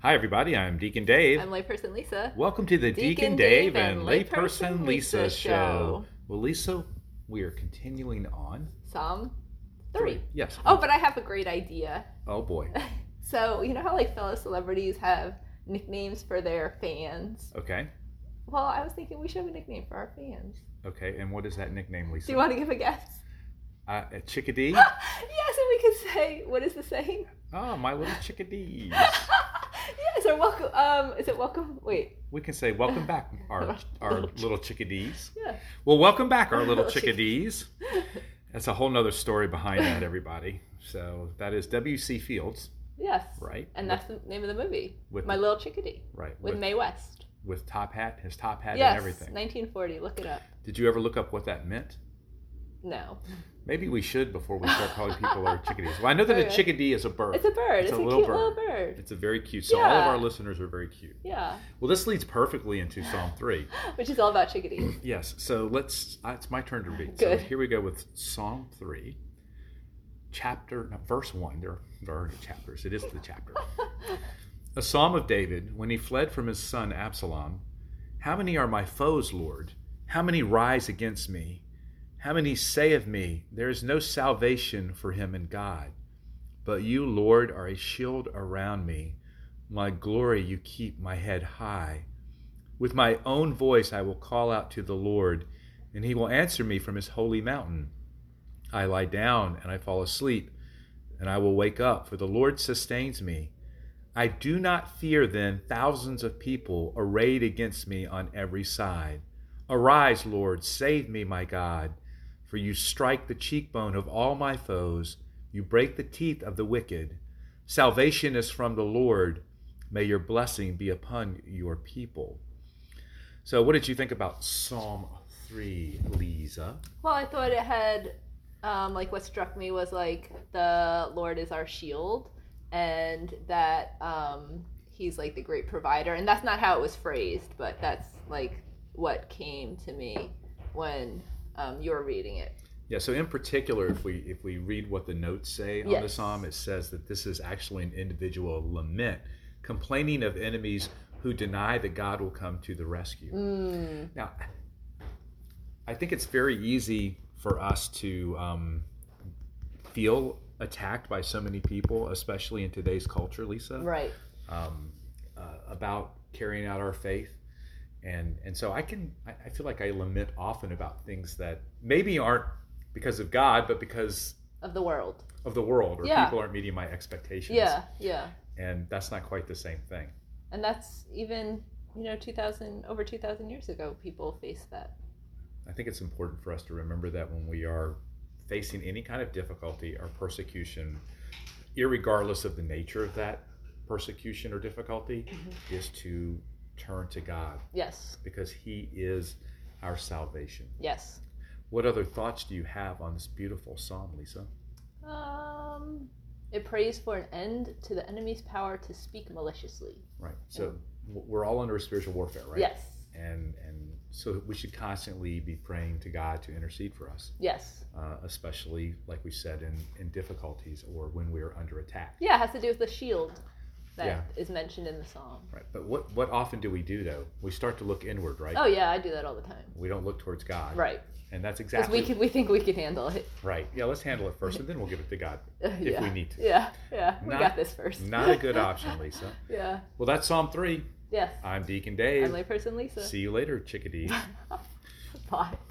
Hi, everybody. I'm Deacon Dave. I'm layperson Lisa. Welcome to the Deacon, Deacon Dave, Dave and and Layperson Layperson Lisa Lisa show. Show. Well, Lisa, we are continuing on. Psalm 3. Yes. Oh, but I have a great idea. Oh, boy. So, you know how like fellow celebrities have nicknames for their fans? Okay. Well, I was thinking we should have a nickname for our fans. Okay. And what is that nickname, Lisa? Do you want to give a guess? uh, a chickadee? yes, and we could say, what is the saying? oh, my little chickadees. yes, or welcome. Um, is it welcome? Wait. We can say, Welcome back, our, our little chickadees. Yeah. Well, welcome back, our little Little chick- chickadees. That's a whole nother story behind that, everybody. So that is W.C. Fields, Yes. right? And that's the name of the movie. with, My Little Chickadee right with, with, Mae West. with top hat, his top hat yes. and everything. 1940. Look it up. Did you ever look up what that meant? No. Maybe we should before we start calling people our chickadees. Well, I know that a Okay. chickadee is a bird. It's a bird. It's It's, a a, little cute bird. little bird. It's a very cute. So all of Yeah. our listeners are very cute. Yeah. Well, this leads perfectly into Psalm three. Which is all about chickadees. Yes. So let's. uh, It's my turn to read. Good. So here we go with Psalm three, chapter no, verse one. There, there are chapters. It is the chapter. a psalm of David when he fled from his son Absalom. How many are my foes, Lord? How many rise against me? How many say of me, There is no salvation for him in God? But you, Lord, are a shield around me. My glory, you keep my head high. With my own voice, I will call out to the Lord, and he will answer me from his holy mountain. I lie down and I fall asleep, and I will wake up, for the Lord sustains me. I do not fear then thousands of people arrayed against me on every side. Arise, Lord, save me, my God, for you strike the cheekbone of all my foes, you break the teeth of the wicked. Salvation is from the Lord. May your blessing be upon your people. So, what did you think about Psalm 3, Lisa? Well, I thought it had, um, like, what struck me was, like, the Lord is our shield and that um, he's, like, the great provider. And that's not how it was phrased, but that's, like, what came to me when um, you were reading it. Yeah, so in particular, if we if we read what the notes say on the Yes. psalm, it says that this is actually an individual lament, complaining of enemies who deny that God will come to the rescue. Mm, Now, I think it's very easy for us to um, feel attacked by so many people, especially in today's culture, Lisa right. um, uh, about carrying out our faith. And, and so I can, I, I feel like I lament often about things that maybe aren't because of God, but because Of the world. of the world or Yeah. people aren't meeting my expectations. Yeah, yeah. And that's not quite the same thing. And that's even, you know, 2,000, over 2,000 years ago, people faced that. I think it's important for us to remember that when we are facing any kind of difficulty or persecution, irregardless of the nature of that persecution or difficulty, Mm-hmm. is to turn to God Yes, because He is our salvation. yes. What other thoughts do you have on this beautiful psalm, Lisa? Um, it prays for an end to the enemy's power to speak maliciously. Right. So w- we're all under a spiritual warfare, right? Yes, And and so we should constantly be praying to God to intercede for us, yes. uh, especially like we said in in difficulties or when we are under attack. Yeah, it has to do with the shield that is Yeah. mentioned in the psalm. Right. But what what often do we do though? We start to look inward, right? Oh yeah, I do that all the time. We don't look towards God. Right, And that's because exactly we can, we think we can handle it. right. Yeah. Let's handle it first, and then we'll give it to God if yeah. we need to. yeah, yeah, we Not- got this first. Not a good option, Lisa. yeah. Well, that's Psalm three. Yes. I'm Deacon I'm Dave. layperson Lisa. See you later, chickadees. Bye.